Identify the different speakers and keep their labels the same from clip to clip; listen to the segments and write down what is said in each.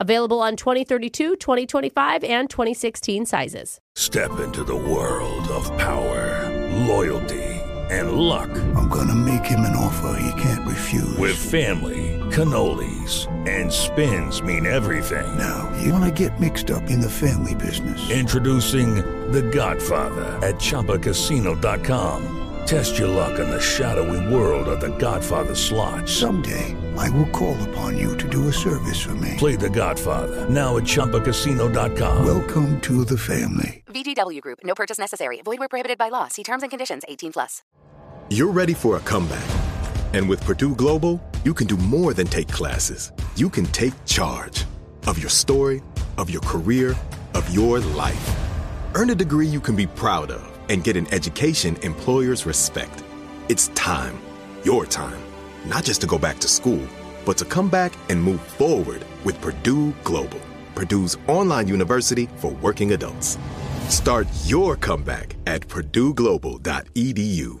Speaker 1: Available on 2032, 2025, and 2016 sizes.
Speaker 2: Step into the world of power, loyalty, and luck.
Speaker 3: I'm gonna make him an offer he can't refuse.
Speaker 2: With family, cannolis, and spins mean everything.
Speaker 3: now, you wanna get mixed up in the family business?
Speaker 2: Introducing The Godfather at ChumbaCasino.com. Test your luck in the shadowy world of The Godfather slot.
Speaker 3: Someday, I will call upon you to do a service for me.
Speaker 2: Play The Godfather now at ChumbaCasino.com.
Speaker 3: Welcome to the family.
Speaker 4: VGW Group. No purchase necessary. Void where prohibited by law. See terms and conditions. 18 plus.
Speaker 5: You're ready for a comeback. And with Purdue Global, you can do more than take classes. You can take charge of your story, of your career, of your life. Earn a degree you can be proud of and get an education employers respect. It's time, your time, not just to go back to school, but to come back and move forward with Purdue Global, Purdue's online university for working adults. Start your comeback at purdueglobal.edu.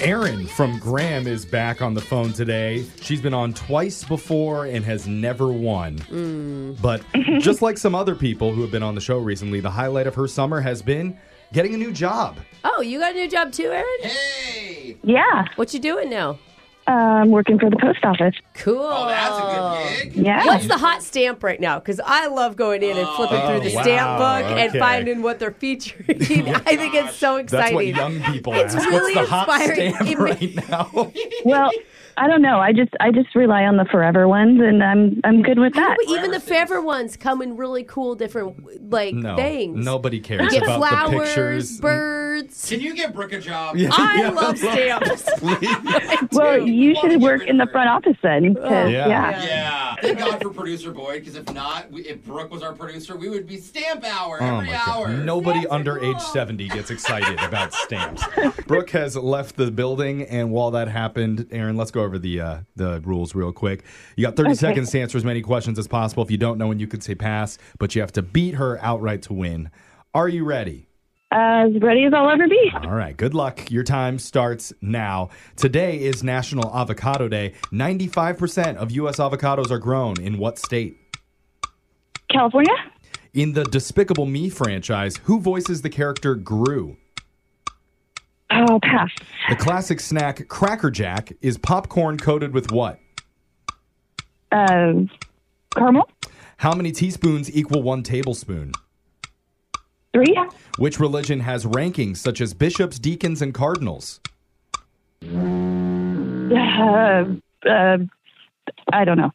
Speaker 6: Erin from Graham is back on the phone today. She's been on twice before and has never won.
Speaker 1: Mm.
Speaker 6: But just like some other people who have been on the show recently, the highlight of her summer has been getting a new job.
Speaker 1: Oh, you got a new job too, Erin?
Speaker 7: Yeah,
Speaker 1: What you doing now?
Speaker 7: um, working for the post office.
Speaker 1: Cool.
Speaker 6: Oh,
Speaker 7: Yeah.
Speaker 1: What's the hot stamp right now? Because I love going in and flipping
Speaker 6: Oh,
Speaker 1: through the
Speaker 6: wow,
Speaker 1: stamp book and
Speaker 6: okay.
Speaker 1: finding what they're featuring. I think it's so
Speaker 6: That's
Speaker 1: exciting.
Speaker 6: what young people
Speaker 1: It's
Speaker 6: ask.
Speaker 1: really
Speaker 6: What's the hot
Speaker 1: inspiring.
Speaker 6: stamp
Speaker 1: It ma-
Speaker 6: right now?
Speaker 7: Well, I don't know. I just I just rely on the forever ones, and I'm I'm good with that.
Speaker 1: But even the forever ones come in really cool different like
Speaker 6: no,
Speaker 1: things.
Speaker 6: nobody
Speaker 1: You
Speaker 6: cares
Speaker 1: get
Speaker 6: about the
Speaker 1: flowers,
Speaker 6: pictures. Mm.
Speaker 1: birds.
Speaker 8: Can you get Brooke a job?
Speaker 1: I love stamps.
Speaker 7: well, you should work in the front office then. 'cause-
Speaker 6: Yeah.
Speaker 7: yeah.
Speaker 8: Yeah. Thank God for producer Boyd, because if not, we, if Brooke was our producer, we would be stamp hour
Speaker 6: Oh
Speaker 8: every
Speaker 6: my
Speaker 8: hour.
Speaker 6: God. Nobody under age 70 gets excited about stamps. Brooke has left the building, and while that happened, Aaron, let's go over the uh, the rules real quick. You got 30 seconds to answer as many questions as possible. If you don't know when you could say pass, but you have to beat her outright to win. Are you ready?
Speaker 7: As ready as I'll ever be.
Speaker 6: All right, good luck. Your time starts now. Today is National Avocado Day. 95% of U.S. avocados are grown in what state?
Speaker 7: California,
Speaker 6: In the Despicable Me franchise, who voices the character Gru?
Speaker 7: oh pass.
Speaker 6: The classic snack Cracker Jack is popcorn coated with what?
Speaker 7: Um, Carmel,
Speaker 6: How many teaspoons equal one tablespoon?
Speaker 7: three.
Speaker 6: Which religion has rankings such as bishops, deacons, and cardinals?
Speaker 7: Uh, uh, I don't know.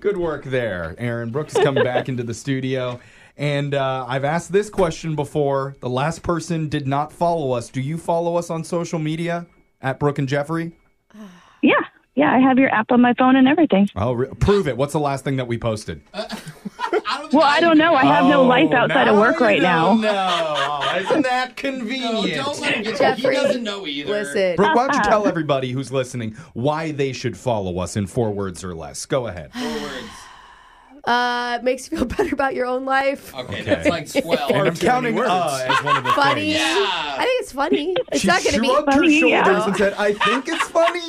Speaker 6: Good work there. Aaron Brooks come back into the studio. And uh, I've asked this question before. The last person did not follow us. Do you follow us on social media at Brooke and Jeffrey?
Speaker 7: Yeah, yeah. I have your app on my phone and everything.
Speaker 6: Oh, re- prove it. What's the last thing that we posted?
Speaker 7: Well, I don't know. I have no life
Speaker 6: Oh,
Speaker 8: Oh,
Speaker 7: outside of work right now.
Speaker 6: No, isn't that
Speaker 8: No,
Speaker 6: convenient?
Speaker 8: don't let him get
Speaker 1: Jeffrey,
Speaker 8: He doesn't know either.
Speaker 1: Listen.
Speaker 6: Brooke, why don't you tell everybody who's listening why they should follow us in four words or less? Go ahead.
Speaker 8: Four words.
Speaker 1: Uh, makes you feel better about your own life.
Speaker 8: Okay, that's like 12.
Speaker 6: And I'm counting uh, as one of the
Speaker 1: Funny.
Speaker 6: things.
Speaker 1: I think it's funny. It's
Speaker 6: She
Speaker 1: not going to be
Speaker 6: shrugged her
Speaker 7: funny,
Speaker 6: shoulders
Speaker 7: yeah.
Speaker 6: and said, "I think it's funny."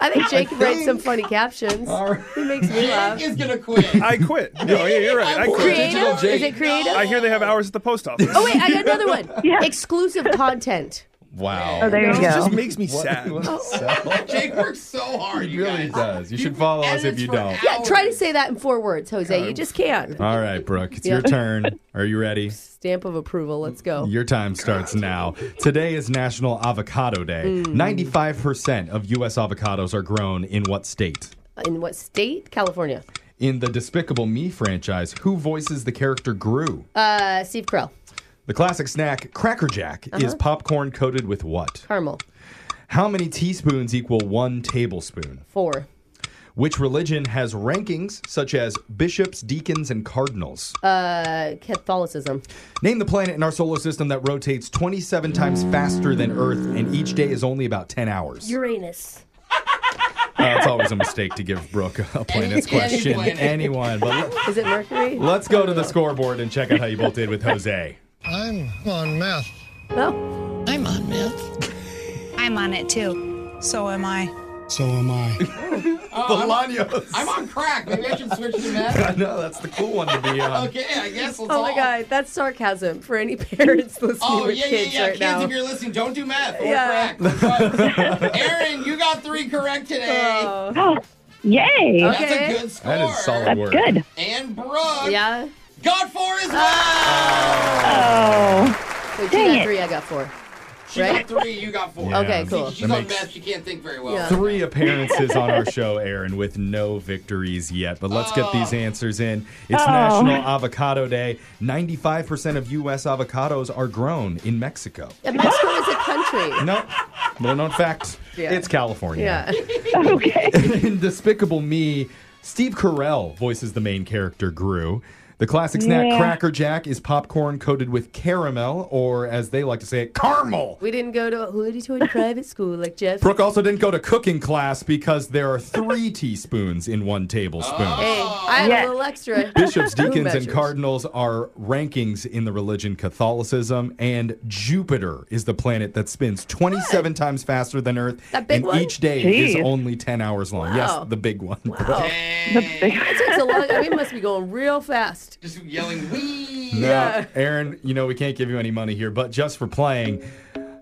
Speaker 1: I think Jake writes some funny captions.
Speaker 6: Uh,
Speaker 1: He makes me laugh.
Speaker 8: Jake is gonna quit.
Speaker 7: Oh,
Speaker 9: I quit. No, yeah, you're right. I quit.
Speaker 1: Creative?
Speaker 8: Digital
Speaker 1: Is
Speaker 8: Jake.
Speaker 1: it creative?
Speaker 9: I hear they have hours at the post office.
Speaker 1: Oh wait, I got another one. Exclusive content.
Speaker 6: Wow.
Speaker 7: Oh, there you
Speaker 9: It just
Speaker 7: go.
Speaker 9: makes me sad.
Speaker 8: Jake works so hard.
Speaker 6: He
Speaker 8: you
Speaker 6: really
Speaker 8: guys.
Speaker 6: does. You should follow us if
Speaker 8: edits
Speaker 6: you
Speaker 8: for
Speaker 6: don't.
Speaker 1: Yeah, try to
Speaker 8: hours.
Speaker 1: say that in four words, Jose. You just can't.
Speaker 6: All right, Brooke, it's
Speaker 1: Yeah.
Speaker 6: your turn. Are you ready?
Speaker 1: Stamp of approval. Let's go.
Speaker 6: Your time starts now. Today is National Avocado Day.
Speaker 7: Mm.
Speaker 6: 95% of U.S. avocados are grown in what state?
Speaker 1: In what state? California.
Speaker 6: In the Despicable Me franchise, who voices the character Gru?
Speaker 1: Uh, Steve Krell.
Speaker 6: the classic snack, Cracker Jack, is popcorn coated with what?
Speaker 1: Carmel.
Speaker 6: How many teaspoons equal one tablespoon?
Speaker 1: Four.
Speaker 6: Which religion has rankings such as bishops, deacons, and cardinals?
Speaker 1: Uh, Catholicism.
Speaker 6: Name the planet in our solar system that rotates 27 times faster than Earth, and each day is only about 10 hours.
Speaker 10: Uranus.
Speaker 6: Uh, it's always a mistake to give Brooke a planet's question.
Speaker 8: planet.
Speaker 6: Anyone. But let-
Speaker 1: Is it Mercury?
Speaker 6: let's go to the scoreboard and check out how you both did with Jose.
Speaker 3: I'm on meth.
Speaker 1: No.
Speaker 10: I'm on myth. I'm on it too. So am I.
Speaker 3: So am I.
Speaker 6: Bolaños.
Speaker 8: I'm on crack. Maybe I should switch to that.
Speaker 6: I know, that's the cool one to be on.
Speaker 8: Okay, I guess. Let's
Speaker 1: Oh
Speaker 8: all-
Speaker 1: my God, that's sarcasm for any parents listening
Speaker 8: Oh
Speaker 1: with
Speaker 8: yeah, yeah,
Speaker 1: kids
Speaker 8: yeah.
Speaker 1: right
Speaker 8: Kids,
Speaker 1: now.
Speaker 8: if you're listening, don't do math.
Speaker 1: Yeah.
Speaker 8: Yeah. Crack. Aaron, you got three correct today.
Speaker 1: Oh,
Speaker 7: Oh, yay.
Speaker 8: That's
Speaker 1: okay.
Speaker 8: a good score.
Speaker 6: That is solid
Speaker 7: That's
Speaker 6: work.
Speaker 7: good.
Speaker 8: And Brooke
Speaker 1: yeah.
Speaker 8: got four as
Speaker 1: Uh,
Speaker 8: well.
Speaker 7: Oh,
Speaker 1: Wait, she
Speaker 7: Dang
Speaker 1: got
Speaker 7: it.
Speaker 1: three. I got four.
Speaker 8: She
Speaker 1: Right?
Speaker 8: got three. You got four.
Speaker 6: Yeah.
Speaker 1: Okay, cool.
Speaker 8: She's
Speaker 6: That
Speaker 8: on
Speaker 6: makes-
Speaker 8: meth. She can't think very well.
Speaker 1: Yeah.
Speaker 6: Three appearances on our show, Aaron, with no victories yet. But let's get these answers in. It's
Speaker 7: Oh.
Speaker 6: National Avocado Day. 95% of U.S. avocados are grown in Mexico.
Speaker 1: And Mexico is a country.
Speaker 6: No, little known fact.
Speaker 1: Yeah.
Speaker 6: It's California.
Speaker 1: Yeah.
Speaker 7: okay.
Speaker 6: in Despicable Me, Steve Carell voices the main character, Gru. The classic snack
Speaker 7: Yeah.
Speaker 6: Cracker Jack is popcorn coated with caramel, or as they like to say it, caramel.
Speaker 1: We didn't go to a hoity-toity private school like Jeff.
Speaker 6: Brooke also didn't go to cooking class because there are three teaspoons in one tablespoon.
Speaker 1: Hey, I have
Speaker 7: Yes.
Speaker 1: a little extra.
Speaker 6: Bishops,
Speaker 1: Who
Speaker 6: deacons, and
Speaker 1: measures?
Speaker 6: cardinals are rankings in the religion Catholicism, and Jupiter is the planet that spins 27 times faster than Earth.
Speaker 1: That big
Speaker 6: and
Speaker 1: one?
Speaker 6: each day is
Speaker 7: Jeez.
Speaker 6: only 10 hours long.
Speaker 1: Wow.
Speaker 6: Yes, the big one.
Speaker 1: Oh, it takes a long. We must be going real fast.
Speaker 8: Just yelling, "Wee!"
Speaker 6: Now, Aaron, you know, we can't give you any money here, but just for playing,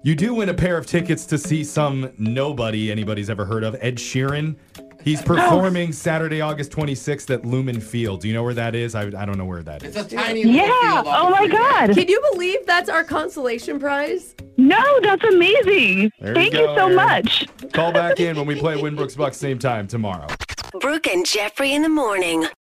Speaker 6: you do win a pair of tickets to see some nobody anybody's ever heard of, Ed Sheeran. He's performing Saturday, August 26th at Lumen Field. Do you know where that is? I, I don't know where that
Speaker 8: It's
Speaker 6: is.
Speaker 8: a tiny.
Speaker 7: Yeah.
Speaker 8: Little field off
Speaker 7: Oh
Speaker 8: of
Speaker 7: my
Speaker 8: the ground.
Speaker 7: God.
Speaker 1: Can you believe that's our consolation prize?
Speaker 7: No, that's amazing.
Speaker 6: There you
Speaker 7: Thank you
Speaker 6: go,
Speaker 7: so
Speaker 6: Erin.
Speaker 7: much.
Speaker 6: Call back in when we play Winbrook's Bucks same time tomorrow.
Speaker 10: Brooke and Jeffrey in the morning.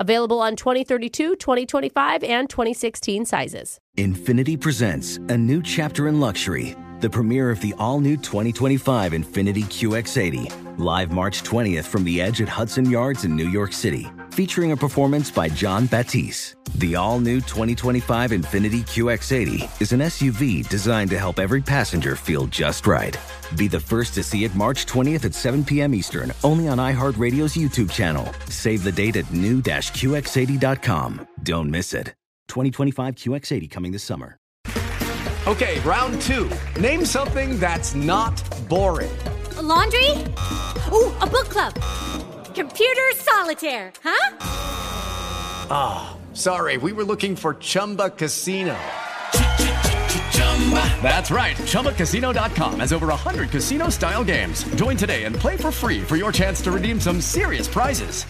Speaker 1: Available on 2032, 2025, and 2016 sizes.
Speaker 11: Infinity presents a new chapter in luxury, the premiere of the all new 2025 Infinity QX80, live March 20th from the edge at Hudson Yards in New York City, featuring a performance by John Batisse. The all new 2025 Infinity QX80 is an SUV designed to help every passenger feel just right. Be the first to see it March 20th at 7 p.m. Eastern, only on iHeartRadio's YouTube channel. Save the date at new-QX80.com. Don't miss it. 2025 QX80 coming this summer.
Speaker 9: Okay, round two. Name something that's not boring.
Speaker 10: laundry? Ooh, a book club. Computer solitaire, huh?
Speaker 9: Sorry, we were looking for Chumba Casino. That's right. ChumbaCasino.com has over 100 casino style games. Join today and play for free for your chance to redeem some serious prizes.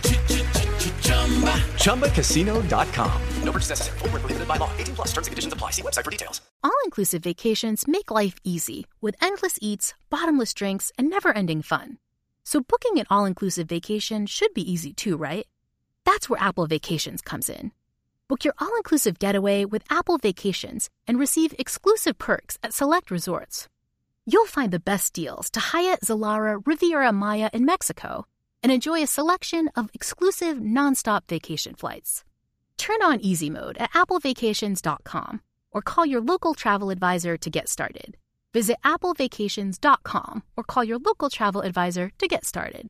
Speaker 9: ChumbaCasino.com. No purchase necessary. Void where prohibited by law. 18 plus terms and conditions apply. See website for details.
Speaker 10: All inclusive vacations make life easy with endless eats, bottomless drinks, and never ending fun. So, booking an all inclusive vacation should be easy too, right? That's where Apple Vacations comes in. Book your all inclusive getaway with Apple Vacations and receive exclusive perks at select resorts. You'll find the best deals to Hyatt, Zilara, Riviera Maya in Mexico
Speaker 7: and enjoy a selection of exclusive nonstop vacation flights. Turn on easy mode at applevacations.com or call your local travel advisor to get started. Visit applevacations.com or call your local travel advisor to get started.